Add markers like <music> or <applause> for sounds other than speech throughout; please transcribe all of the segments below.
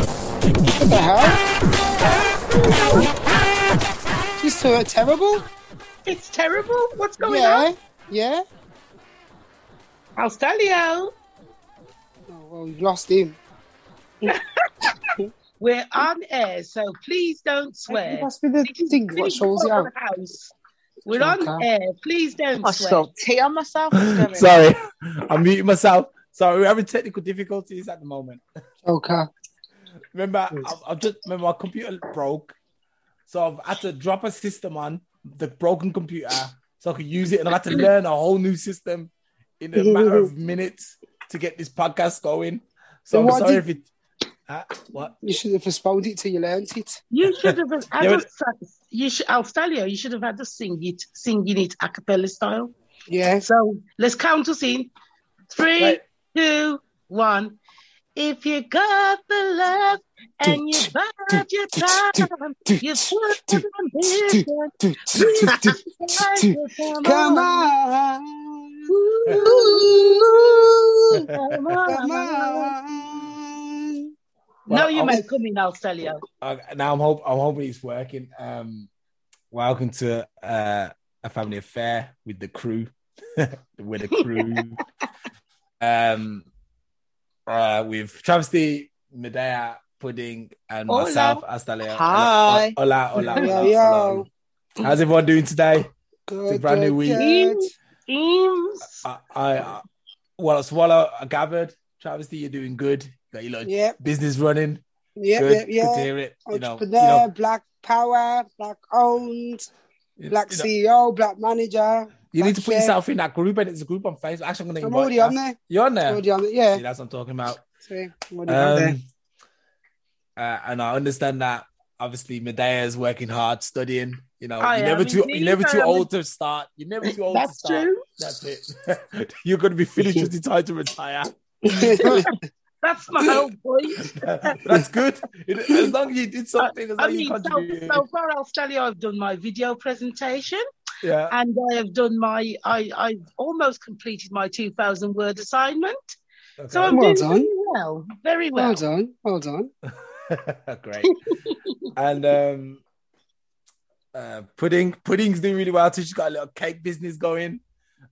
What the hell? She's so terrible. It's terrible. What's going yeah, on? yeah. I'll tell you. Oh, well, we lost him. We're on air, so please don't swear. It must be the This is thing really what shows you Coral out. House. We're on Okay. air. Please don't Oh, I swear. shall tea on myself. <laughs> Sorry. Sorry, <laughs> I'm muting myself. Sorry, we're having technical difficulties at the moment. Okay. Remember, I, I just remember my computer broke, so I've had to drop a system on the broken computer so I could use it, and I had to learn a whole new system in a matter of minutes to get this podcast going. So So I'm what sorry did- if it. Huh? what? You should have postponed it till you learnt it. You should have had Yeah, us, you should, I'll tell you, you should have had us sing it, singing it a cappella style. Yeah. So let's count us in. Three, Right. two, one. If you got the love and you bought your time, you put the ambition, <laughs> you <laughs> decide to Come on. Ooh, come Come on. on. No, Well, you I'll- might come in, I'll tell you. Uh, now I'm hope I'm hoping it's working. Um, welcome to uh, a family affair with the crew, <laughs> with <laughs> the crew. um, uh, with travesty, Medea, pudding, and Hola. myself, Astaleo. Hi. Hola, <laughs> hola, hola, Yo, hola, yo. hola. How's everyone doing today? Good, a brand new good, week. good. Eames. I, I, I well, swallow, I gathered. Travesty, you're doing good. Got your little Yep, business running. yep, good, yep, good to yep. hear it. You know, you Entrepreneur, know, black power, black owned, you black know. CEO, black manager. You need to Black put chef. yourself in that group, and it's a group on Facebook. Actually, I'm going to I'm invite already that. on there. You're on there. Already on it. Yeah. See, that's what I'm talking about. See, I'm already on there. Um, uh, and I understand that obviously Medea is working hard, studying. You know, I you're never am too indeed, you're never I too am old to start. You're never too old to That's start. true. That's it. <laughs> you're going to be finished with the time <laughs> to retire. <laughs> That's <laughs> my whole point. But that's good. It- as long as you did something, as long Uh, I as you mean, so, contributed. so far, I'll tell you, I've done my video presentation yeah. and I have done my, I, I've almost completed my 2,000 word assignment. So okay. I'm Well doing done. very well. Very well. Well done. Well done. <laughs> Great. and um uh pudding pudding's doing really well too. She's got a little cake business going.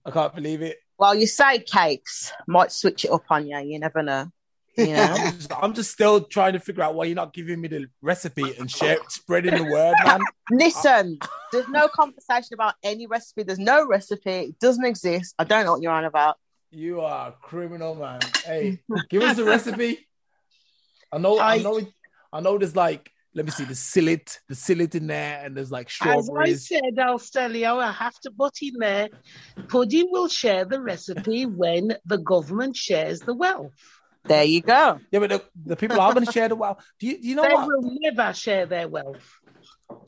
I can't believe it. Well, you say cakes might switch it up on you. You never know. You <laughs> know? I'm just, I'm just still trying to figure out why you're not giving me the recipe and share spreading the word, man. Listen, there's no conversation about any recipe. There's no recipe. It doesn't exist. I don't know what you're on about. You are a criminal, man. Hey, give us the recipe. I know I, I- know it, I know there's like let me see the sillet, the sillet in there, and there's like As I strawberries. said, I'll tell you, I have to butt in there. Pudding will share the recipe when the government shares the wealth. There you go. Yeah, but the, the people are gonna share the wow. Do you, do you know they what? will never share their wealth.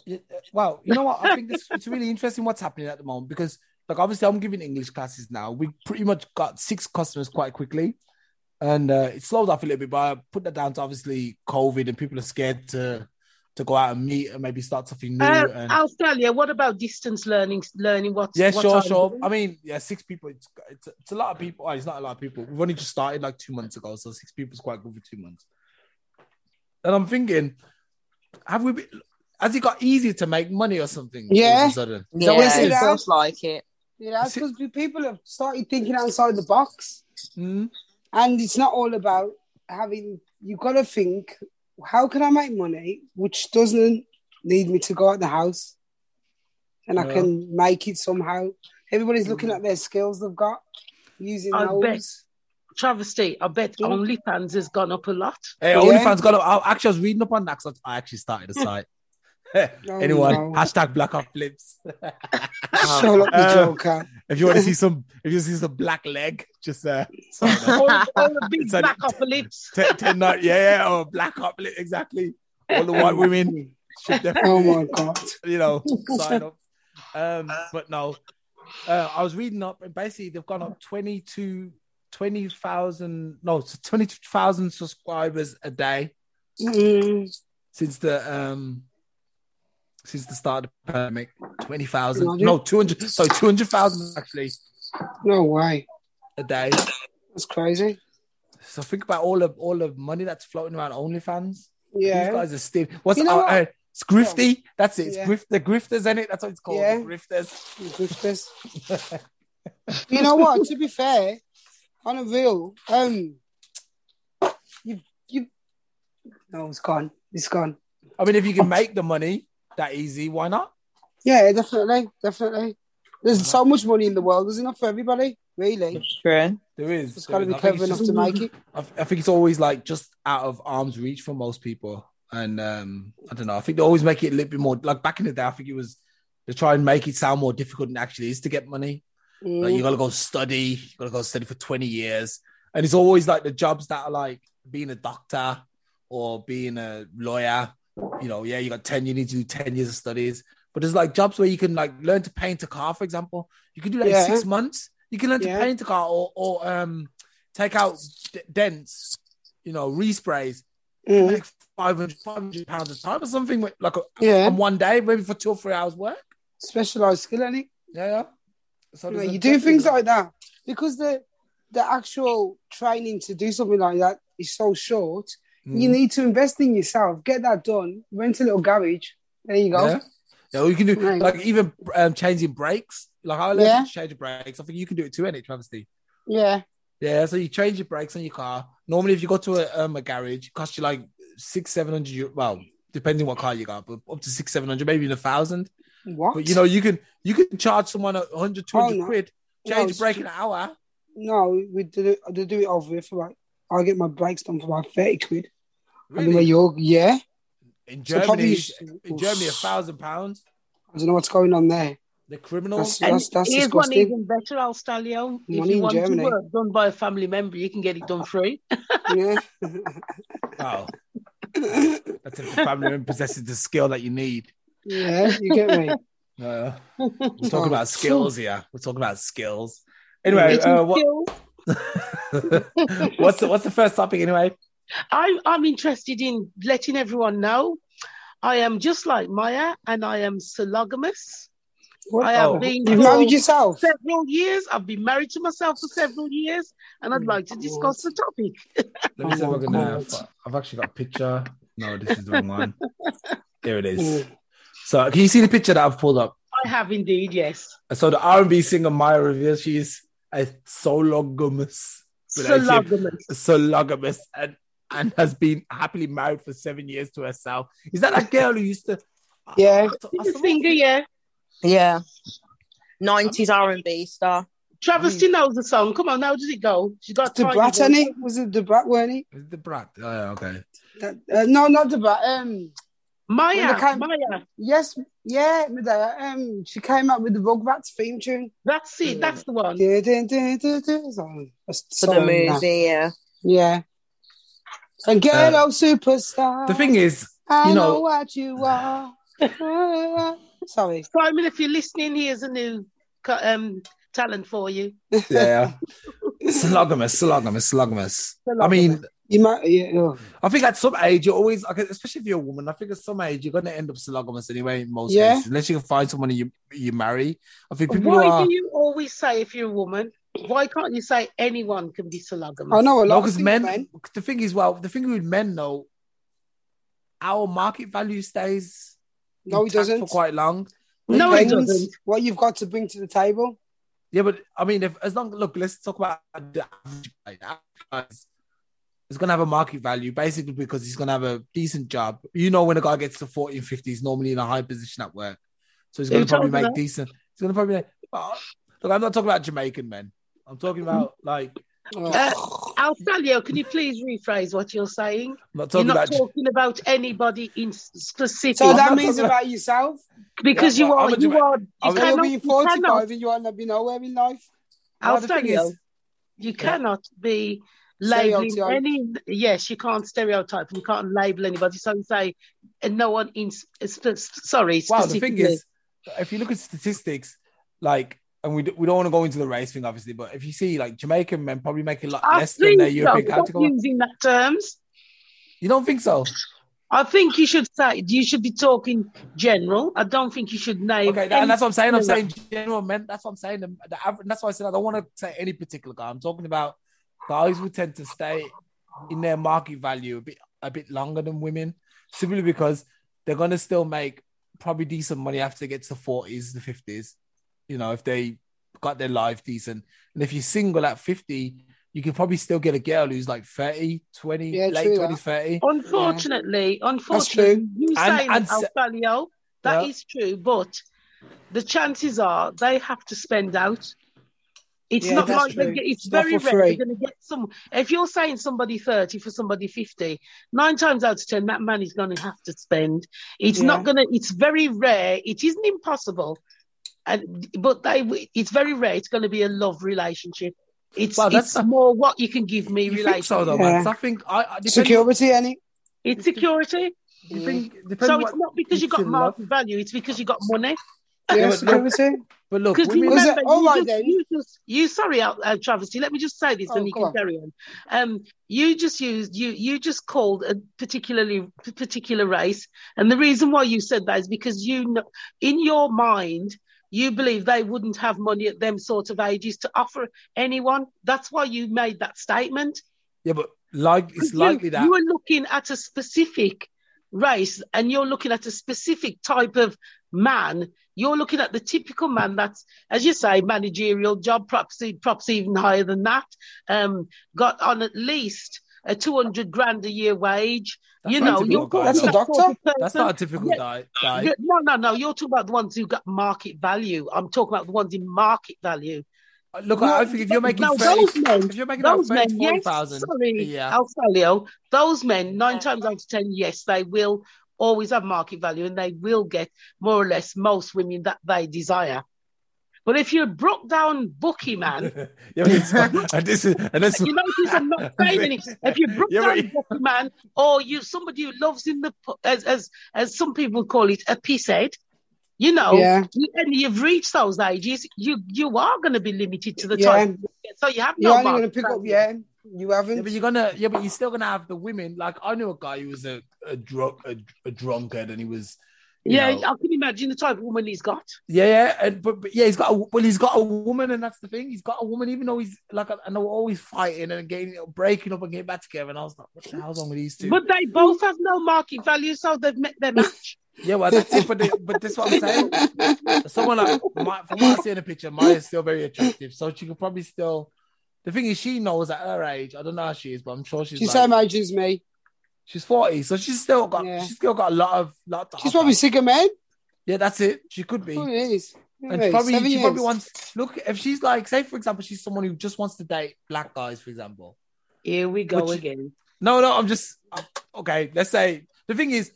Yeah, uh, Well, you know what? I think this, it's really interesting what's happening at the moment because, like, obviously, I'm giving English classes now. We pretty much got six customers quite quickly, and uh, it slowed off a little bit. But I put that down to obviously COVID and people are scared to to go out and meet and maybe start something new. Uh, and I'll tell you, what about distance learning? Learning what? yeah, what sure, I'm sure. doing? I mean, yeah, six people. It's it's, it's a lot of people. Well, it's not a lot of people. We've only just started like two months ago, so six people is quite good for two months. And I'm thinking, have we been? Has it got easier to make money or something? all of a Yeah. sudden? that what Yeah, it it is? feels like it. Yeah, that's because people have started thinking outside the box, Mm. and it's not all about having. You've got to think, how can I make money, which doesn't need me to go out the house, and I Yeah. can make it somehow. Everybody's looking at their skills they've got, using I those. bet. Travesty. I bet Yeah. OnlyFans has gone up a lot. Hey, Yeah. OnlyFans got. I, actually, I was reading up on that 'cause I actually started a site. Anyone? Oh, no. Hashtag Black Up Lips. Show up the Uh, Joker. if you want to see some, if you see some black leg, just uh, sorry, no. All, <laughs> all the big It's only- black <laughs> apocalypse. ten, ten night, yeah, yeah, or black up lip, exactly. All the white women Oh should definitely, my god. <laughs> you know, sign up. Um, but no, uh, I was reading up, and basically they've gone up 22, 20,000, no, twenty two thousand subscribers a day. Mm, since the um since the start of the pandemic. Twenty thousand, Imagine. no, two hundred, so two hundred thousand actually no way. a day. That's crazy. So think about all of all the money that's floating around OnlyFans. These Yeah. guys are stiff. What's You know uh, what? uh, it's grifty. That's it. It's Yeah. grift. The grifters in it. That's what it's called. Yeah. The grifters. grifters. you know what? To be fair, on a real, um, you you. No, it's gone. It's gone. I mean, if you can make the money that easy, why not? Yeah, definitely, definitely. There's so much money in the world. There's enough for everybody, really. True. There is. Just got to be There is. I think clever it's enough just- to make it. I, I think it's always like just out of arm's reach for most people. And um, I don't know. I think they always make it a little bit more like back in the day. I think it was to try and make it sound more difficult than it actually is to get money. Like you Mm. gotta go study, you gotta go study for 20 years. And it's always like the jobs that are like being a doctor or being a lawyer. You know, yeah, you got 10, you need to do 10 years of studies. But there's like jobs where you can like learn to paint a car, for example. You can do that Yeah. in six months. You can learn Yeah. to paint a car or or um take out d- dents, you know, resprays, Mm. like 500, 500 pounds a time or something with- like Yeah, on one day, maybe for two or three hours work. specialized skill, innit? Yeah, yeah. So Yeah, there's a- you do things like that because the the actual training to do something like that is so short. Mm. You need to invest in yourself. Get that done. Rent a little garage. There you go. Yeah. Yeah, we can do Right. like even um, changing brakes. Like I learned Yeah. to change brakes. I think you can do it too, innit, Travesty? Yeah. Yeah, so you change your brakes on your car. Normally, if you go to a, um, a garage, it costs you like six, seven hundred. eu- Well, depending what car you got, but up to six, seven hundred, maybe even a thousand. What? But you know, you can you can charge someone a hundred, two hundred Oh, no. quid, No, change it's- brake in an hour. No, we did it. They do it over here for like. I'll get my brakes done for about thirty quid. I mean, where Really? you're, yeah. In So probably, Germany, in Germany, a thousand pounds. I don't know what's going on there. The criminals. And That's- that's here's one disgusting. even better, Al Stallion. If Money you in want Germany. to work done by a family member, you can get it done free. Yeah, Oh, that's if the family member possesses the skill that you need. yeah. You get me? No. We're talking Uh, about skills here. We're talking about skills. Anyway, Getting uh, what, skills. <laughs> what's the, what's the first topic anyway? I, I'm interested in letting everyone know I am just like Maya and I am sologamous. What? I have Oh. been You for married yourself? several years. I've been married to myself for several years, and I'd Oh, like to discuss the topic. Let me Oh see if I my can. Uh, God. I've actually got a picture. No, this is the wrong one. There it is. Mm. So can you see the picture that I've pulled up? I have indeed, yes. So the R&B singer Maya reveals she's a sologamous. relationship- Sologamous. Sologamous and and has been happily married for seven years to herself. Is that that girl who used to? Yeah. I- I- I- She's a singer, yeah. Yeah. 90s R&B star. Travesty knows the song. Come on, how does it go? She got The tiny brat, voice. innit? Was it the brat, weren't it? Is the brat? Oh, yeah, okay. That, uh, no, not the brat. Um, When Maya, they came- Maya. yes, yeah, Medea. Um, she came up with the Rugrats theme tune. That's it. That's the one. Du- du- du- du- du- so- For so- the movie, yeah. Yeah. And get uh, superstar. The thing is, I you know, know- what you are. <laughs> Sorry. Simon, if you're listening, here's a new co- um, talent for you. yeah. Slogamus, slogamus, slogamus. I mean, You might. Yeah, oh, I think at some age you're always, okay, especially if you're a woman. I think at some age you're gonna end up slogamus anyway. In most Yeah. cases, unless you can find someone you you marry. I think people who Why are do you always say if you're a woman? Why can't you say anyone can be sologamous? I know a lot Mm. no, of because single men, The thing is, well, the thing with men though, our market value stays No, it intact doesn't. for quite long. No, it Depends doesn't. What you've got to bring to the table. Yeah, but I mean, if as long look, let's talk about the average guy. The average guy's- He's gonna have a market value basically because he's gonna have a decent job. You know, when a guy gets to 40 50, he's normally in a high position at work, so he's gonna Who probably told you make that? decent. He's gonna probably make, well, look. I'm not talking about Jamaican men. I'm talking about like Oh. Alfalio, Uh, can you please rephrase what you're saying? I'm not You're talking not about. talking about anybody in s- specific so that not means talking about yourself. because yeah, you well, I'm are a you Jama- are I'm you a- So you'll cannot, be you cannot 45 and you want to be nowhere in life. Well, the thing Alfalio, is- you cannot be labeling Stereotype. any yes you can't stereotype you can't label anybody so you say uh, no one in s- sp- s- sorry Well, the thing specifically is, if you look at statistics, like, and we, d- we don't want to go into the race thing, obviously, but if you see like Jamaican men probably make a lot I less than their think so. European Stop counterpart. using that terms You don't think so? I think you should say you should be talking general I don't think you should name Okay, that, any- and that's what I'm saying. I'm Yeah. saying general men. That's what I'm saying. The, the average, that's why I said I don't want to say any particular guy. I'm talking about guys who tend to stay in their market value a bit a bit longer than women. simply because they're gonna still make probably decent money after they get to the forties, the fifties. You know, if they got their life decent, and if you're single at fifty, you can probably still get a girl who's like 30, 20, Yeah, late true 20s, 30. Unfortunately, unfortunately, you And- say and that, se- Alfalio, that Yeah. is true, but the chances are they have to spend out. It's Yeah, not that's like they true. get, it's It's not very for rare free. they're going to get some. If you're saying somebody 30 for somebody 50, nine times out of 10, that man is going to have to spend. It's not Yeah. going to, it's very rare. It isn't impossible, and, but they, it's very rare. It's going to be a love relationship. It's, Well, that's it's not- more what you can give me You relationship. think so though, Yeah. man? 'Cause I think I, I depending- Security, any? It's security. you think- depending So what- it's not because you it's got in love. market value, it's because you got money. Yeah, but security. But Oh, look, Because women- Was it- remember, all you, right just, then. you just, you, sorry, uh, uh, Travesty, let me just say this Oh, and you go can on. carry on. Um, you just used, you you just called a particularly p- particular race. And the reason why you said that is because you, kn- in your mind, you believe they wouldn't have money at them sort of ages to offer anyone. That's why you made that statement. yeah, but like it's you, likely that you are looking at a specific race and you're looking at a specific type of man. You're looking at the typical man that's, as you say, managerial job, perhaps, perhaps even higher than that. Um, got on at least a 200 grand a year wage. That's you not know, typical you're of guys, That's a that though. doc- sort of That's person. not a typical Yeah. diet. diet. Yeah, No, no, no. You're talking about the ones who got market value. I'm talking about the ones in market value. Uh, Look, No, I think if you're making no, 30, those men- if you're making about Those 30, men, yes, 40,000 a sorry, year, Alfalio, those men, nine Yeah. times out of ten, yes, they will always have market value and they will get more or less most women that they desire. But if you're a broke down <laughs> bookie man, <laughs> yeah, but it's- and this is and this you notice I'm not saying any. If you're a broke Yeah, down but- bookie man, or you somebody who loves in the pu- as as as some people call it a piece head, you know, Yeah. you- and you've reached those ages, you you are going to be limited to the Yeah. time. So you have You're no only going to market pick up, value. yeah. You yeah, haven't. but you're gonna yeah, but you're still gonna have the women. Like I knew a guy who was a a, drunk a, a drunkard, and he was you Yeah, know- I can imagine the type of woman he's got. yeah, yeah, and but, but yeah, he's got a, well, he's got a woman, and that's the thing. He's got a woman, even though he's like I know always fighting and getting breaking up and getting back together. And I was like, what the hell's wrong with these two? But they both have no market value, so they've met their match. yeah, well, that's it, but they, but this <laughs> is what I'm saying. someone like Ma- from what I see in the picture, Maya's still very attractive, so she could probably still. The thing is, she knows at her age. I don't know how she is, but I'm sure <laughs> she's She's like, same age as me. she's forty, so she's still got Yeah. she's still got a lot of lot. To She's offer. probably sick of men. yeah, that's it. She could be, Oh, it is. and Yeah, she probably seven she probably years. wants look if she's like say for example she's someone who just wants to date black guys for example. Here we go Which- again. No, no, I'm just I'm- okay. Let's say the thing is,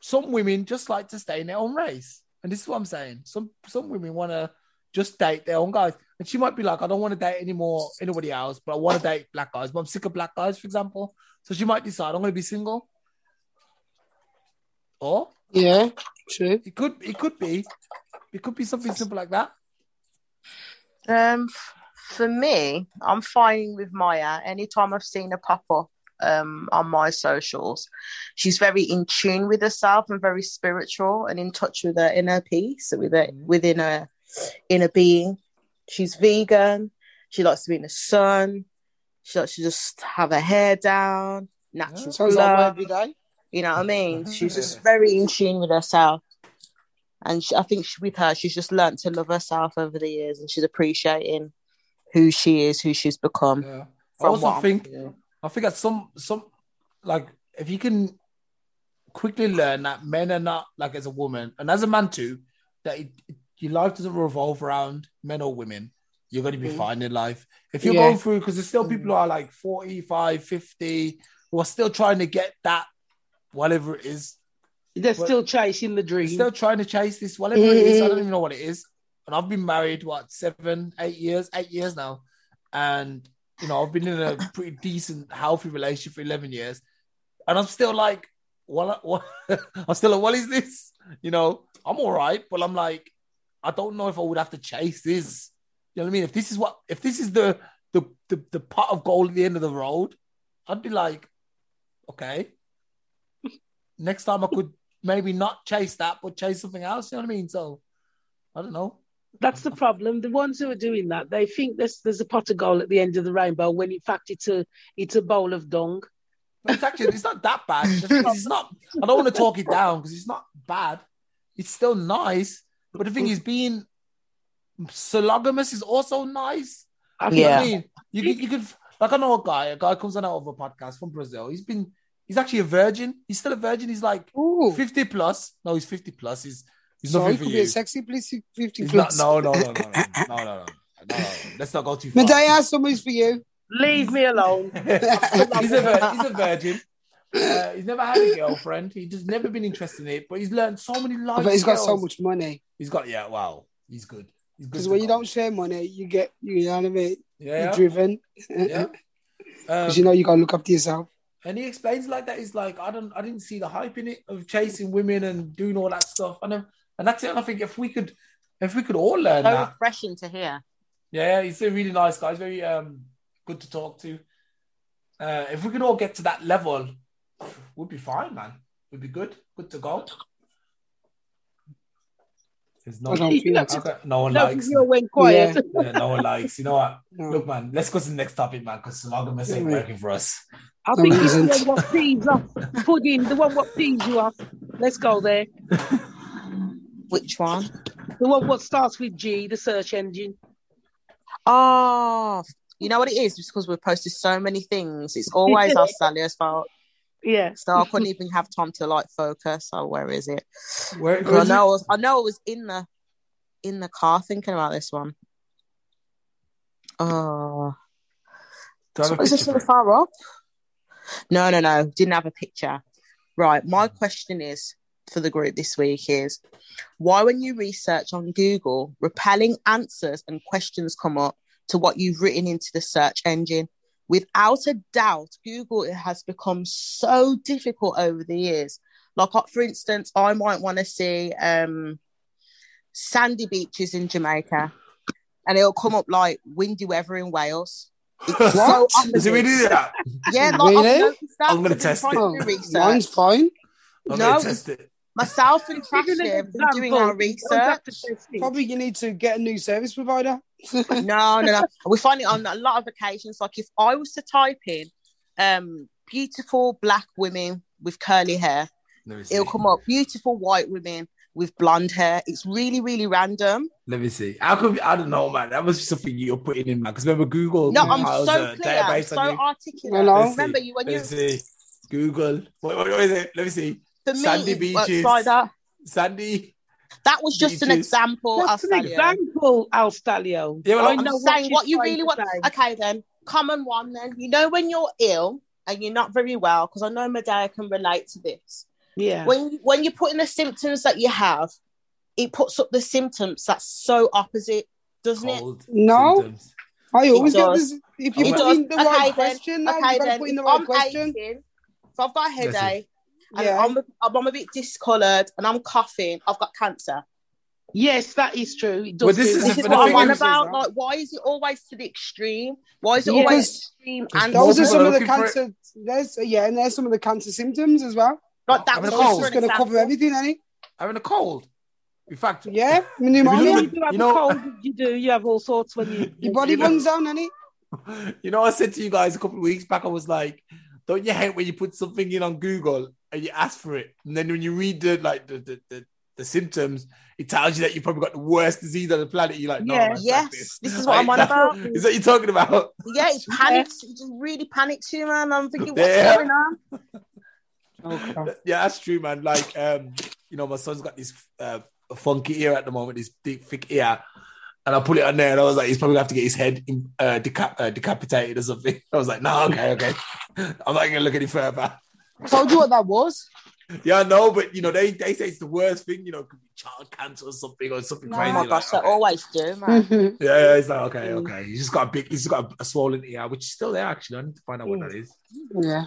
some women just like to stay in their own race, and this is what I'm saying. Some some women want to just date their own guys, and she might be like, I don't want to date anymore anybody else, but I want to date black guys. But I'm sick of black guys, for example. So she might decide I'm going to be single. Or Yeah, true. it could it could be it could be something simple like that. Um, f- for me, I'm fine with Maya. Anytime I've seen her pop up um, on my socials, she's very in tune with herself and very spiritual and in touch with her inner peace, with her Mm. within her inner being. She's vegan. She likes to be in the sun. She likes to just have her hair down, natural Sounds like my love. every day. You know what <laughs> I mean? She's just very in tune with herself. And she, I think she, with her, she's just learnt to love herself over the years and she's appreciating who she is, who she's become. Yeah. I from also what I'm think feeling. I think at some some like if you can quickly learn that men are not like as a woman and as a man too that it, it- your life doesn't revolve around men or women. You're going to be Mm. fine in life if you're Yeah. going through because there's Mm. still people who are like 45, 50 who are still trying to get that whatever it is. They're Well, still chasing the They're dream. still trying to chase this whatever it is. I don't even know what it is. And I've been married what seven, eight years, eight years now, and you know I've been in a pretty decent, healthy relationship for eleven years, and I'm still like, what? what <laughs> I'm still like, what is this? You know, I'm all right, but I'm like, I don't know if I would have to chase this. You know what I mean? If this is what, if this is the the the, the pot of gold at the end of the road, I'd be like, okay, next time I could maybe not chase that, but chase something else. You know what I mean? So I don't know. That's the problem. The ones who are doing that, they think there's there's a pot of gold at the end of the rainbow when in fact it's a it's a bowl of dung. But it's actually it's not that bad. The thing is, It's not. I don't want to talk it down because it's not bad. It's still nice. But the thing is, being sologamous is also nice. You know what I Yeah. mean? You could, you could like I know a guy. A guy comes on out of a podcast from Brazil. He's been. He's actually a virgin. He's still a virgin. He's like Ooh. fifty plus. No, he's fifty plus. He's he's So nothing it for could be a you. sexy place, 50 He's not, plus. no, no, no, no, no, no, no, <laughs> no, no, no. Let's not go too far. Madaya, somebody's for you. Leave me <laughs> alone. he's, a vir- he's a virgin. Uh, he's never had a girlfriend. He's just never been interested in it, but he's learned so many life. But he's got so skills. much money. He's got yeah. Wow, he's good. He's good. Because to when you go. don't share money, you get, you know what I mean? You're yeah, yeah. driven. yeah. <laughs> Because Um, you know you got to look up to yourself. and he explains like that. He's like, I don't, I didn't see the hype in it of chasing women and doing all that stuff. And um, and that's it. And I think if we could, if we could all learn So that, refreshing to hear. Yeah, he's a really nice guy. He's very um, good to talk to. Uh, if we could all get to that level, we'd be fine, man. We'd be good. Good to go. There's no, I don't feel like Okay, no one No, likes. you went quiet. Yeah, no one likes. You know <laughs> what? No. Look, man, let's go to the next topic, man, because monogamous ain't Yeah. working for us. I think No, it's the it one isn't. what pees off. Pudding, the one what pees you off. Let's go there. Which one? The one what starts with G, the search engine. Oh, you know what it is? It's because we've posted so many things. It's always <laughs> our Sally's fault. Yeah. So I couldn't even have time to like focus. Oh, where is it? Where, I know I, was, I know I was in the in the car thinking about this one. Oh, Do I have a is picture this for so it? far up? No, no, no. Didn't have a picture. Right. My question is for the group this week is why, when you research on Google, repelling answers and questions come up to what you've written into the search engine? Without a doubt, Google it has become so difficult over the years. Like, uh, for instance, I might want to see um, sandy beaches in Jamaica, and it'll come up like windy weather in Wales. <laughs> It's so opposite. Is it really that? Yeah, like Really? I've noticed that. I'm gonna I've been test trying Oh, to do research. mine's fine. I'm No. gonna test it. Myself and Trash Give an here have been doing example. our You don't <laughs> research. have to test it. Probably you need to get a new service provider. No, no, no. We find it on a lot of occasions. Like if I was to type in um beautiful black women with curly hair, Let me see. it'll come up beautiful white women with blonde hair. It's really, really random. Let me see. How could I don't know, man? That was just something you're putting in, man. Because remember, Google No, I'm compiles so a clear. I'm database so on you. articulate. Hello? Let's Remember see. you when you Let's see. Google. Wait, wait, what is it? Let me see. for me Sandy it works beaches. like that. Sandy. That was just an Beaches. example That's of an Sally. example, Al Stalio. Yeah, well, I I'm know I'm saying what you you're really trying want. to say. Okay, then common one. Then you know when you're ill and you're not very well, because I know Medea can relate to this. Yeah. When when you put in the symptoms that you have, it puts up the symptoms that's so opposite, doesn't it? Cold. No. symptoms. I always get does. this. If you It put does. in the Okay, right then. question, now okay, you got to then put in the if right I'm question. aching, if I've got a Bless you. headache and Yeah. I'm, I'm I'm a bit discoloured and I'm coughing, I've got cancer. Yes, that is true. It does Well, this do is that. This is But what the I'm on thing is- about. Like, why is it always to the extreme? Why is it Yeah. always Because- extreme? because And Those are People some are of the looking for it. cancer. There's yeah, and there's some of the cancer symptoms as well. like that I'm was gonna So it's cold. just just an going to cover example. everything, any? Having a cold. In fact, Yeah, Yeah, <laughs> pneumonia. you do have You know- a cold. You do. You have all sorts when you. Your body <laughs> You know- runs down, any? <laughs> you know, I said to you guys a couple of weeks back, I was like, don't you hate when you put something in on Google and you ask for it? And then when you read the like the the, the, the symptoms, it tells you that you've probably got the worst disease on the planet. You're like, no, Yeah. man, fuck Yes, this. this <laughs> is what I I'm on ain't about. <laughs> Is that you're talking about? Yeah, it panics. It just really panics you, man. I'm thinking, what's Yeah. going <laughs> on? Yeah, that's true, man. Like, um, you know, my son's got this uh, funky ear at the moment, this deep, thick ear. And I put it on there and I was like, he's probably gonna have to get his head in, uh, deca- uh, decapitated or something. <laughs> I was like, no, okay, okay. <laughs> I'm not gonna look any further. Told you what that was. Yeah, I know, but you know, they, they say it's the worst thing, you know, it could be child cancer or something or something No. crazy. Oh my like, gosh, they okay. always <laughs> do, man. Mhm. yeah, yeah, it's like okay, okay. He's just got a big, he's just got a, a swollen ear, which is still there actually. I need to find out what that is. yeah.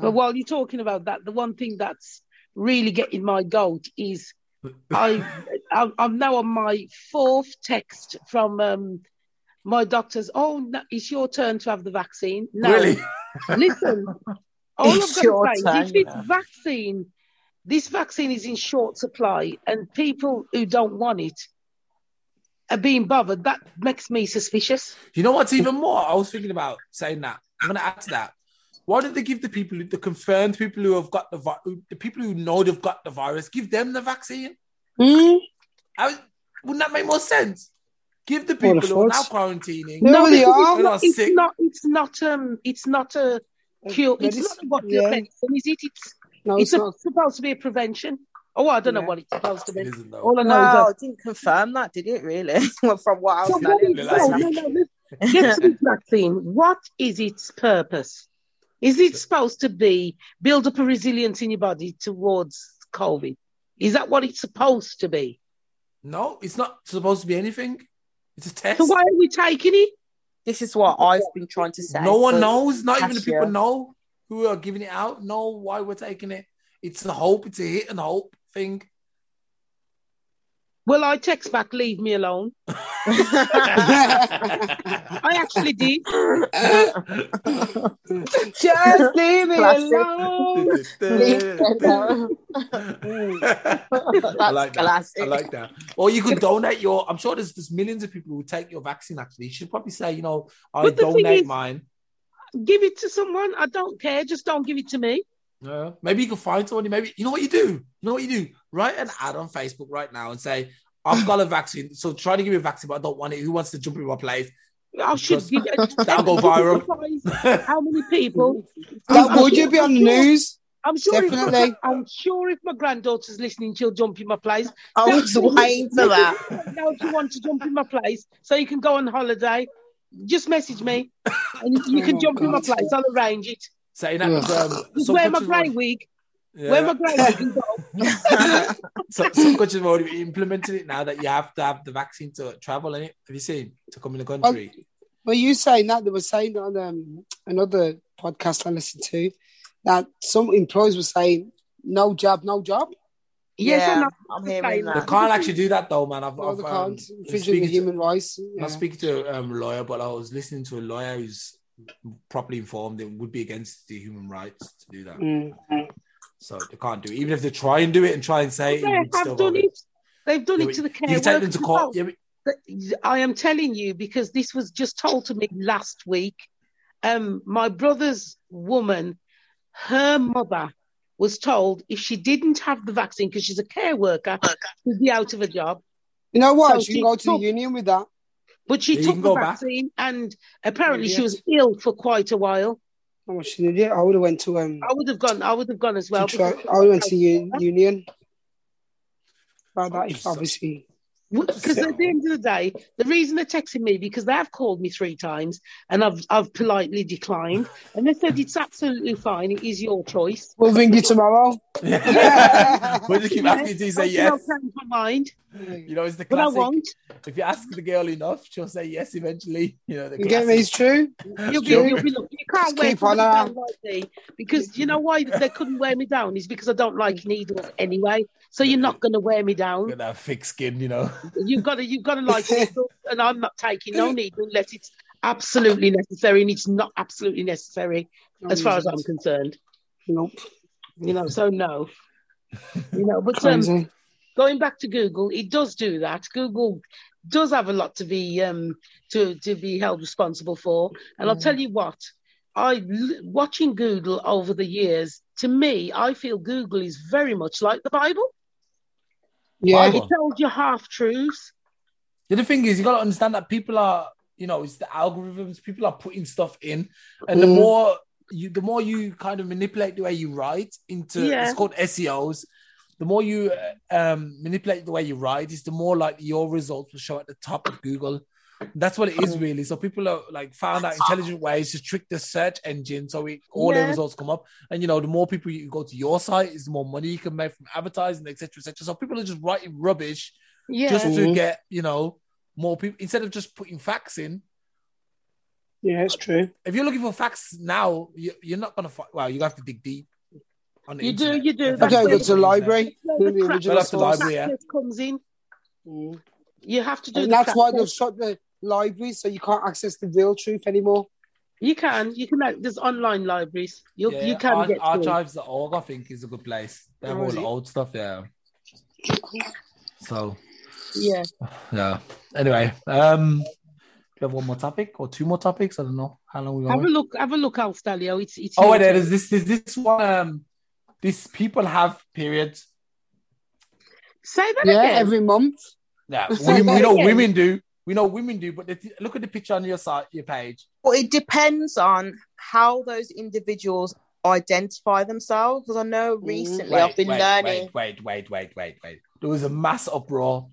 But while you're talking about that, the one thing that's really getting my goat is <laughs> I, I'm, I'm now on my fourth text from um, my doctors. Oh, no, it's your turn to have the vaccine. No, Really? listen. All It's I've got your to say turn, is you if this know. vaccine, this vaccine is in short supply, and people who don't want it are being bothered. That makes me suspicious. You know what's even more? I was thinking about saying that. I'm gonna add to that. Why don't they give the people, the confirmed people who have got the vi- who- the people who know they've got the virus, give them the vaccine? Mm? How, wouldn't that make more sense? Give the Well, people of who are now course. quarantining. No, they because are. It's not, They're sick. it's not. It's not. Um. It's not a cure. But It's it's- not about yeah. your medicine, is it? It's. No, It's, it's, a- <laughs> not. supposed to be a prevention. Oh, I don't Yeah. know what it's supposed to It be. isn't though. All I know is that No, it didn't confirm that, did it? Really, <laughs> from what I So <laughs> was what Definitely is, telling. like no, that. no, no, listen. Get to this vaccine. What is its purpose? Is it supposed to be build up a resilience in your body towards COVID? Is that what it's supposed to be? No, it's not supposed to be anything. It's a test. So why are we taking it? This is what I've been trying to say. no one for- knows. Not even the past people year. know who are giving it out. Know why we're taking it. It's a hope. It's a hit and hope <laughs> thing. <laughs> Well, I text back, leave me alone. I actually did. <laughs> Just leave me Classic. alone. <laughs> I <laughs> That's like that. <laughs> classic. I like that. Or you could donate your. I'm sure there's, there's millions of people who take your vaccine. Actually, you should probably say, you know, I But the thing donate is- mine. Give it to someone. I don't care. Just don't give it to me. Yeah. Maybe you can find somebody. Maybe you know what you do. You know what you do. Write an ad on Facebook right now and say, "I've got a vaccine, so try to give me a vaccine, but I don't want it. Who wants to jump in my place?" I should Just- give it. That'll <laughs> go viral. How many people? That I'm would sure- you be on the I'm sure- news? I'm sure. If my, Definitely. I'm sure if my granddaughter's listening, she'll jump in my place. I was waiting for that. Now, if you want to jump in my place, so you can go on holiday, just message me, and you, you Oh can my jump in my God. place. I'll arrange it. Saying that. was, Um, Just some wear my countries grey were- wig. Yeah. Wear my grey <laughs> wig and go. So some countries have already implemented it now that you have to have the vaccine to travel in it. Have you seen to come in the country? Oh, Well, you saying that they were saying on um, another podcast I listened to that some employees were saying no job, no job. Yes, I yeah, know. I'm hearing They that. can't actually do that though, man. I've, No, I've they um, can't. been Infringing the speaking to- human rights. I'm not Yeah. speaking to um, a lawyer, but I was listening to a lawyer who's properly informed it would be against the human rights to do that. Mm. So they can't do it. Even if they try and do it and try and say it, They it would still have done go against- it. They've done Yeah, it to the but care You take them workers. to as court. well. Yeah, but- That- I am telling you because this was just told to me last week. Um, my brother's woman, her mother was told if she didn't have the vaccine because she's a care worker, she'd be out of a job. You know what? So you she can go to the took- union with that. But she Yeah, you took can the go back. vaccine and apparently she Idiot. was ill for quite a while. Oh, she's an idiot. I would have went to um. I would have gone. I would have gone as to well. try, because- I would have went to u- union. About that, if Just- obviously. Because So- at the end of the day, the reason they're texting me because they have called me three times and I've I've politely declined, and they said it's absolutely fine. It is your choice. We'll ring you tomorrow. <laughs> we'll just keep asking you to say I said, I'll yes. change my mind, You You know, it's the but classic. I won't. If you ask the girl enough, she'll say yes eventually. You know, the get me? It's true. You'll be, Sure. you'll be looking. You can't Just wear keep on something her. down like me because you know why they couldn't wear me down is because I don't like needles anyway. So you're not going to wear me down. got that thick skin, you know. <laughs> You've got to you've got to <laughs> like needles, and I'm not taking no needle unless it's absolutely necessary, and it's not absolutely necessary. as far as I'm concerned. Oh, Nope. You know, <laughs> so no. You know, but um, Crazy. going back to Google, it does do that. Google does have a lot to be um to to be held responsible for. And I'll Mm. tell you what, I l- watching Google over the years. To me, I feel Google is very much like the Bible. yeah. Bible. It tells you half truths. The other thing is, you got to understand that people are, you know, it's the algorithms. People are putting stuff in, and the Mm. more you, the more you kind of manipulate the way you write into. Yeah. It's called SEOs. The more you uh, um, manipulate the way you write, is the more like your results will show at the top of Google. That's what it Mm. is really. So people are like found out intelligent ways to trick the search engine, so it, all their Yeah. results come up. And you know, the more people you go to your site, is the more money you can make from advertising, etc., etc. So people are just writing rubbish Yeah, just to Mhm. get you know more people instead of just putting facts in. Yeah, it's true. If you're looking for facts now, you, you're not gonna find. Well, you have to dig deep. On the You do, internet. you do. Yeah, That's I don't facts go where to are the on internet. library. That's Do where the the crap- original That's the source. library. Yeah. Practice comes in. Mm. You have to do. And the that's why practice. they've shut the library, so you can't access the real truth anymore. You can. You can. Like, there's online libraries. You Yeah, you can ar- get through. archives.org, I think, is a good place. They have Oh, all is the it? old stuff there. So Yeah. yeah. Anyway, um, Do you have one more topic or two more topics? I don't know how long we Have a going. look. Have a look out, Stalio. It's it's. Oh, your wait, turn. there's this, there's this one. Um, these people have periods. Say that Yeah, again. every month. Yeah, Say we, we that know again. women do. We know women do, but the th- look at the picture on your side, your page. Well, it depends on how those individuals identify themselves. Because I know recently I've been learning. Wait, wait, wait, wait, wait. There was a mass uproar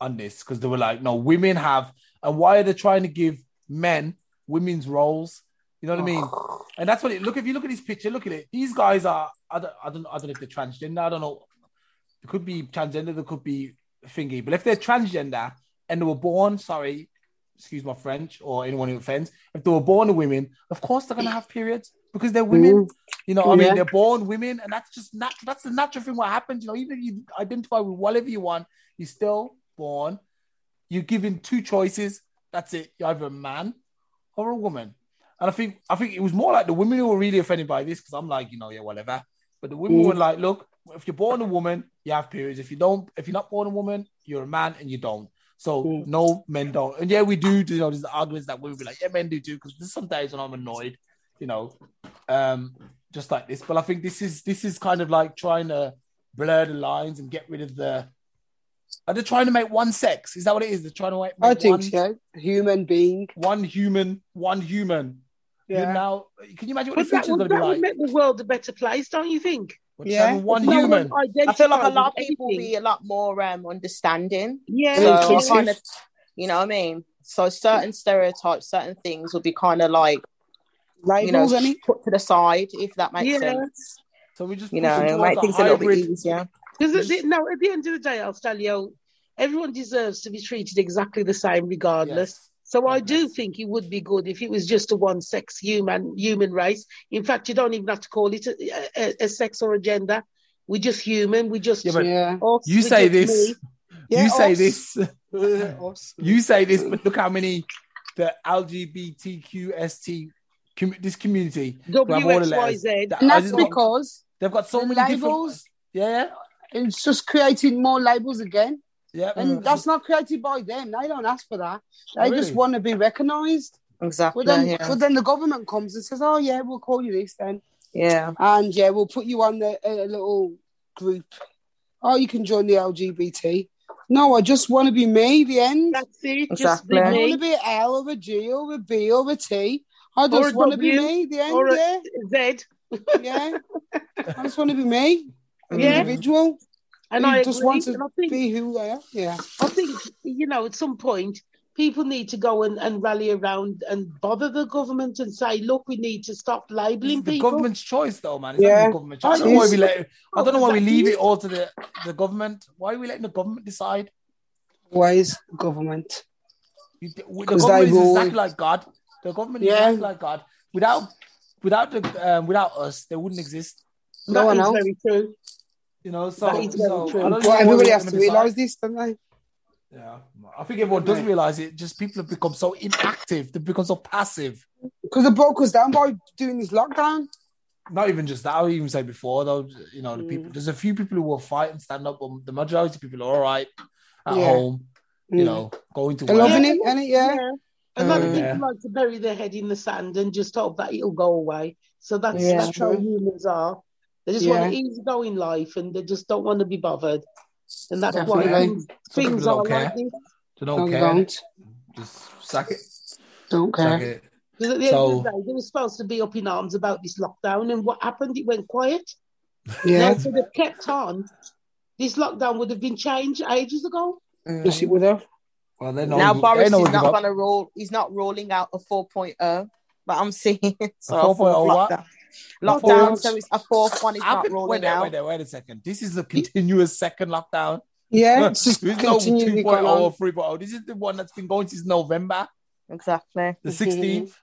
on this because they were like, no, women have, and why are they trying to give men women's roles? You know what I mean? And that's what it. Look, if you look at this picture, look at it. These guys are. I don't. I don't. I don't know if they're transgender. I don't know. They could be transgender. They could be thingy. But if they're transgender and they were born, sorry, excuse my French or anyone who offends, if they were born women, of course they're gonna have periods because they're women. Mm. You know, I Yeah. mean, they're born women, and that's just natural. That's the natural thing. What happens? You know, even if you identify with whatever you want, you're still born. You're given two choices. That's it. You're either a man or a woman. And I think I think it was more like the women who were really offended by this because I'm like, you know, yeah, whatever. But the women Mm. were like, look, if you're born a woman, you have periods. If you don't, if you're not born a woman, you're a man and you don't. So Mm. no, men don't. And yeah, we do. do, You know, there's the arguments that women be like, yeah, men do too. Because there's some days when I'm annoyed, you know, um, just like this. But I think this is this is kind of like trying to blur the lines and get rid of the. Are they trying to make one sex? Is that what it is? They're trying to make, I make one, think so. Human being. one human, one human, you're Yeah. now. Can you imagine what But the that, future's would, going to be that like? would make the world a better place, don't you think? We're Yeah. having one If no human. one I feel like a identified lot of with people anything. be a lot more um, understanding. Yeah. So I uh, Inclusive. kind of, you know what I mean. So certain stereotypes, certain things will be kind of like you know Labels, any? put to the side if that makes Yeah. sense. So we just pushing You know, it towards make a things a little bit hybrid. easier. Because at the, no, at the end of the day, Alstalio, everyone deserves to be treated exactly the same, regardless. Yes. So I God do bless. think it would be good if it was just a one-sex human human race. In fact, you don't even have to call it a, a, a sex or a gender. We're just human. We just Yeah, but Yeah. us, You we're say just this. me. Yeah, oh. you say us. <laughs> this. Us. You say this. But look how many the LGBTQST com- this community. have all the letters. WXYZ. That- And I that's just got- because they've got so the many labels- different. Yeah, it's just creating more labels again. yeah, Mm. yeah. And that's not created by them. They don't ask for that. They Really? just want to be recognised. Exactly. Well then, yeah. well, then the government comes and says, "Oh yeah, we'll call you this then, yeah. and yeah, we'll put you on the, a, a little group. Oh, you can join the LGBT. No, I just want to be me. The end. That's it. Just Exactly. be I don't want to me. be an L or a G or a B or a T. I Or just a want to be W, me. The end. or a- yeah, Z. yeah. I just want to be me, an <laughs> Yeah. individual. And who I just agree. want to And I think be who I am. Yeah. I think you know at some point people need to go and, and rally around and bother the government and say, look, we need to stop This is labelling the people. government's choice, though, man. It's not Yeah. even government choice. I don't It know why is. we let. I don't know why we Oh, leave it all to the the government. Why are we letting the government decide? Why is government? You- The 'Cause government they is rule. exactly like God. The government is Yeah. exactly like God. Without without the um, without us, they wouldn't exist. No That one is else. very true. You know, That so is very so true. I don't know But why everybody we're has gonna to decide. realise this, don't they? Yeah, I think everyone does realize it. Just people have become so inactive. They've become so passive. Because they broke us down by doing this lockdown. not even just that. I would even say before though, you know, the Mm. people. There's a few people who will fight and stand up, but the majority of people are all right at Yeah. home. Mm. You know, going to They're work. loving Yeah. it, ain't it? Yeah. A lot Mm. of people Yeah. like to bury their head in the sand and just hope that it'll go away. So that's Yeah. that's how True. humans are. They just want an Yeah. easy going life and they just don't want to be bothered. And that's Some why people- things, some people things are don't like care. this. They No, don't they care. don't. Just sack it. Don't Sack care. it. Because at the end So of the day, they were supposed to be up in arms about this lockdown, and what happened? It went quiet. Now, Yeah. if they'd have kept on, this lockdown would have been changed ages ago. Yes, it would have. well, they know. Mm-hmm. Now Boris they is know we not give up. gonna roll. He's not rolling out a 4.0 that I'm seeing. <laughs> So a 4.0 what? lockdown. A fourth? lockdown. So it's a fourth one. Is I've not been, rolling wait there, out. wait there, wait a second. This is a continuous second lockdown. <laughs> Yeah. It's There's just no oh, 2.0 continually going or on. 3.0. This is the one that's been going since November Exactly. the Mhm. 16th.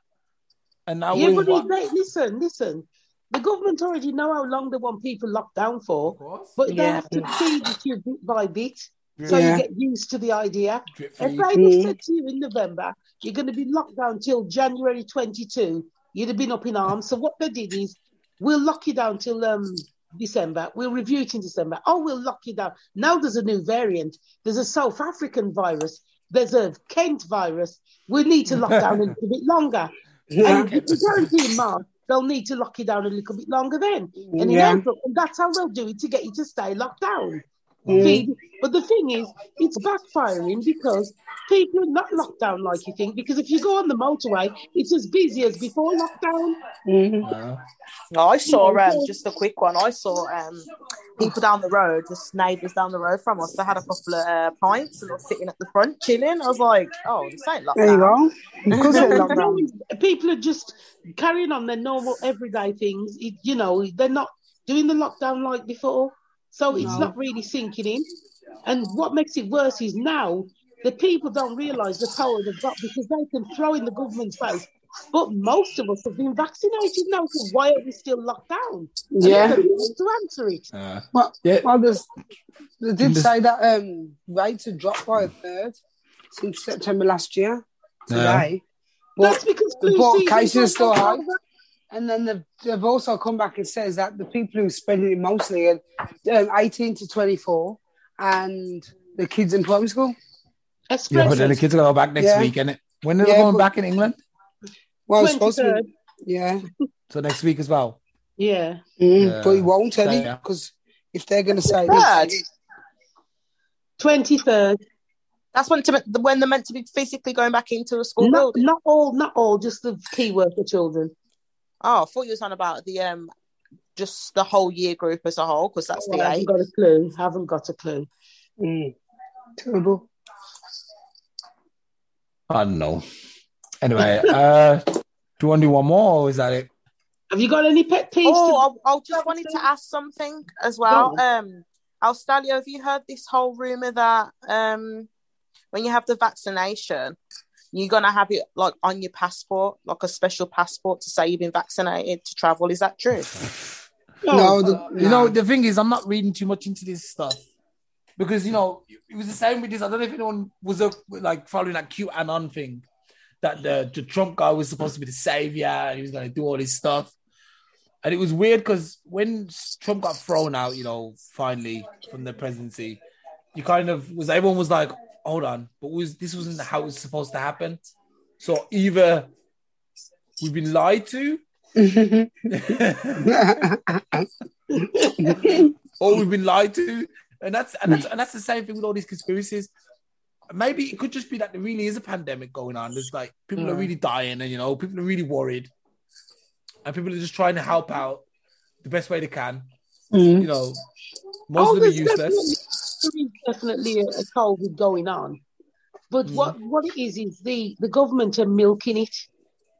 And now yeah, we're but in what? it- they- listen, listen. The government already know how long they want people locked down for, course. but they Yeah. have to feed it to you bit by bit, so Yeah. you get used to the idea. Drip If feed. they'd have Mhm. said to you in November, you're going to be locked down till January 22, you'd have been up in arms. So what they did is, we'll lock you down till um, December. We'll review it in December. Oh, we'll lock you down. Now there's a new variant. There's a South African virus. there's a Kent virus. We need to lock down a little bit longer. And if you guarantee in March, they'll need to lock you down a little bit longer then. And in Yeah. April, and that's how they'll do it to get you to stay locked down. Mm. Feed- But the thing is, it's backfiring because people are not locked down like you think. Because if you go on the motorway, it's as busy as before lockdown. Mhm. Uh, No, I saw um, just a quick one. I saw um, people down the road, just neighbours down the road from us. They had a couple of uh, pints and were sitting at the front chilling. I was like, oh, this ain't lockdown. There you go. Of course No, they're no, locked down. no, people are just carrying on their normal everyday things. It, you know, they're not doing the lockdown like before, so it's No. not really sinking in. And what makes it worse is now the people don't realise the power they've got because they can throw in the government's face. But most of us have been vaccinated now, so why are we still locked down? And Yeah. they're the ones to answer it. uh, Well, yeah, well there's, they did This- say that um, rates have dropped by a third since September last year. Yeah. Today. That's But, because the flu bot season cases are still high. over. and then they've, they've also come back and says that the people who spend it mostly are um, 18 to 24 and the kids in primary school. yeah, but then the Espresso, kids are going back next Yeah. week, and when are they Yeah, going but- back in England? Well, it's supposed to 23rd. be. Yeah. So next week as well. Yeah. Mm, Yeah. uh, But he won't, Eddie, Yeah. because if they're going to say Third. this, 23rd. That's when, to, when they're meant to be physically going back into a school Not, building. not all, not all, just the key worker children. Oh, I thought you was on about the um, just the whole year group as a whole because that's Oh, I the haven't eight. got a clue. Haven't got a clue. mm, terrible. I don't know. Anyway, <laughs> uh, do you want to do one more, or is that it? Have you got any pet peeves? to- Oh, I, I just wanted to ask something as well. Go Um, Australia, have you heard this whole rumor that um, when you have the vaccination, you're gonna have it like on your passport, like a special passport to say you've been vaccinated to travel? Is that true? No, No. the, You know, no. <laughs> the thing is, I'm not reading too much into this stuff because you know it was the same with this. I don't know if anyone was uh, like following that QAnon thing that the, the Trump guy was supposed to be the savior and he was going to do all this stuff. And it was weird because when Trump got thrown out, you know, finally from the presidency, you kind of was everyone was like, "Hold on," but was this wasn't how it was supposed to happen. So either we've been lied to, Mm-hmm. or we've been lied to. And that's and that's and that's the same thing with all these conspiracies. Maybe it could just be that there really is a pandemic going on. There's like people are Mm. really dying, and you know, people are really worried, and people are just trying to help out the best way they can. You Mm. know, Oh, most of them are there's useless. definitely, there is definitely a, a COVID going on. But Mm. what, what it is, is the, the government are milking it.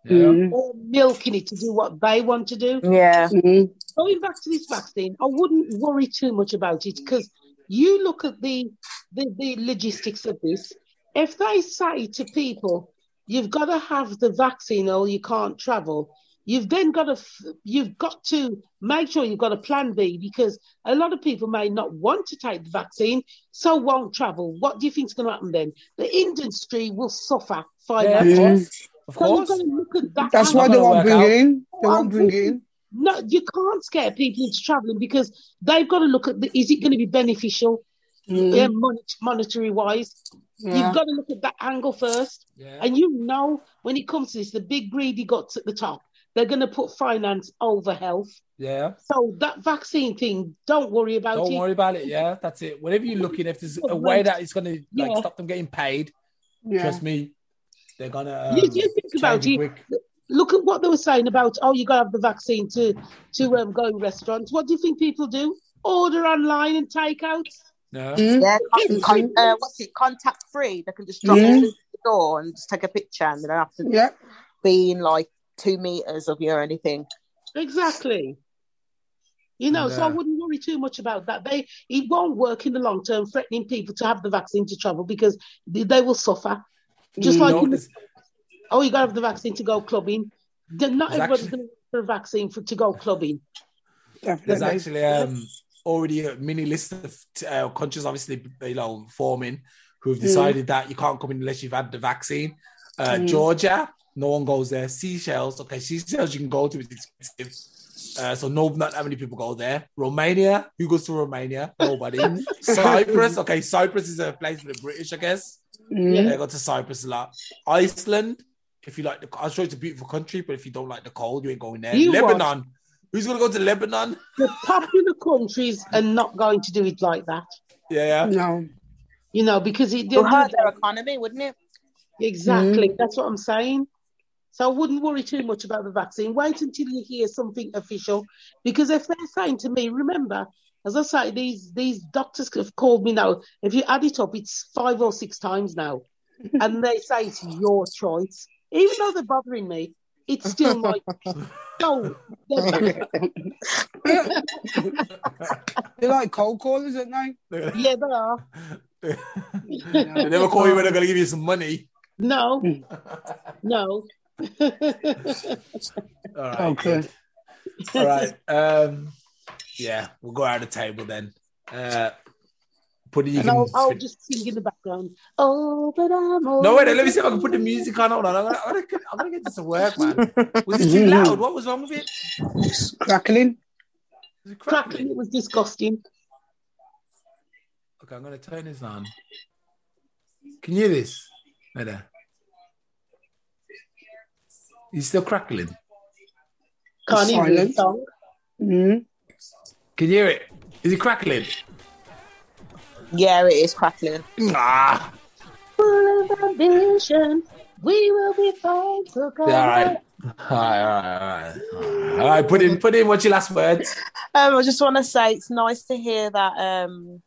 Yeah. Mm. They're milking it to do what they want to do. Yeah. Mm. Going back to this vaccine, I wouldn't worry too much about it because you look at the, the, the logistics of this. If they say to people, you've got to have the vaccine or you can't travel, you've then got to f- you've got to make sure you've got a plan B because a lot of people may not want to take the vaccine, so won't travel. What do you think's going to happen then? The industry will suffer Yeah, financially. Mm. of course. Of So you've course. got to look at that. That's angle. why not they gonna won't work bring out. it in. They Oh, won't bring it really? in. No, you can't scare people into traveling because they've got to look at the, is it going to be beneficial, Mm. yeah, mon- monetary wise. Yeah. You've got to look at that angle first. Yeah. And you know, when it comes to this, the big greedy guts at the top, they're going to put finance over health. Yeah. So that vaccine thing, don't worry about Don't it. worry about it. Yeah, that's it. Whatever you're looking, if there's a way that it's gonna like Yeah. stop them getting paid, Yeah. trust me, they're gonna. You- um, you think change about it. quick. Look at what they were saying about, oh, you got to have the vaccine to, to um, go in restaurants. What do you think people do? Order online and takeouts. Yeah. Mm. Yeah, True, con- con- true. uh, what's it? Contact free. They can just drop Mhm. it through the door and just take a picture, and they don't have to Yeah. be in like two meters of you or anything. Exactly. You know, so I Yeah. wouldn't worry too much about that. They it won't work in the long term, threatening people to have the vaccine to travel because they, they will suffer. Just Mm. like No, you- there's- oh, you got to have the vaccine to go clubbing. Then not There's everybody's actually- going to for a vaccine for to go clubbing. There's Definitely. actually um, already a mini list of uh, countries, obviously, you know, forming who've decided that you can't come in unless you've had the vaccine. Uh, Mm. Georgia, no one goes there. Seashells, okay, seashells you can go to, it's expensive. Uh, so no, not that many people go there. Romania, who goes to Romania? <laughs> Nobody. Cyprus, okay, Cyprus is a place for the British, I guess. Mm. They go to Cyprus a lot. Iceland, if you like the, I'm sure it's a beautiful country, but if you don't like the cold, you ain't going there. You watch. Lebanon, who's gonna go to Lebanon? The popular countries are not going to do it like that, Yeah, yeah. <laughs> No. you know, because it It'll they'll hurt do their economy, wouldn't it? Exactly. Hmm. That's what I'm saying. So I wouldn't worry too much about the vaccine. Wait until you hear something official. Because if they're saying to me, remember, as I say, these these doctors have called me now. If you add it up, it's five or six times now. <laughs> And they say it's your choice. Even though they're bothering me, it's still <laughs> my no. they're- They're like cold callers, aren't Yeah, they are. <laughs> they they? No. never call you when they're gonna give you some money. No, <laughs> no. <laughs> All right. Okay. good. All right. Um, yeah, we'll go out of the table then. Uh, put it. You And can, I'll, I'll just sing in the background. Oh, but I'm no, wait. Let me already see if I can put the music on. Hold on. I'm gonna, I'm gonna, get, I'm gonna get this to work, man. <laughs> Was it too loud? What was wrong with it? Crackling. Was Crackling, it it crackling? was disgusting. Okay, I'm gonna turn this on. Can you hear this? Right there. It's still crackling. Can't even hear the Silence. song. Mm. Can you hear it? Is it crackling? Yeah, it is crackling. Ah. Full of ambition, we will be fine to go. All right. All right, all right, all right. All right, put in, put in. What's your last words? Um, I just want to say it's nice to hear that um,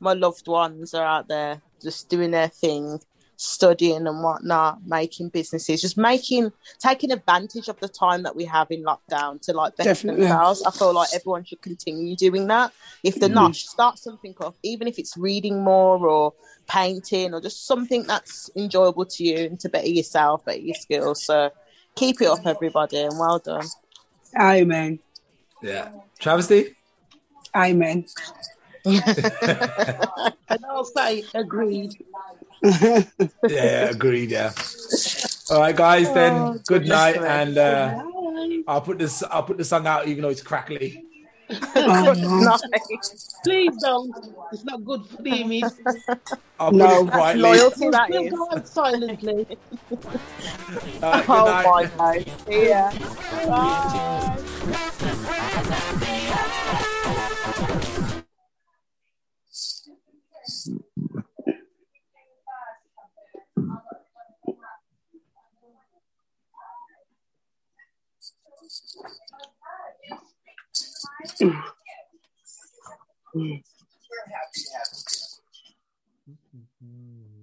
my loved ones are out there just doing their thing, studying and whatnot, making businesses, just making taking advantage of the time that we have in lockdown to like better Definitely. themselves. I feel like everyone should continue doing that. If they're not, start something off, even if it's reading more or painting or just something that's enjoyable to you and to better yourself, better your skills. So keep it up, everybody, and well done. Amen. Yeah. Travesty? Amen. <laughs> And I'll say, agreed. yeah, agreed. Yeah. All right, guys. Then Oh, good night, and goodness uh, I'll put this. I'll put the song out, even though it's crackly. no. Please don't. It's not good for the image. I'll put No. it That's quietly. loyalty We'll that still is. go out silently. All right, good Oh night. my god. Yeah. Mm.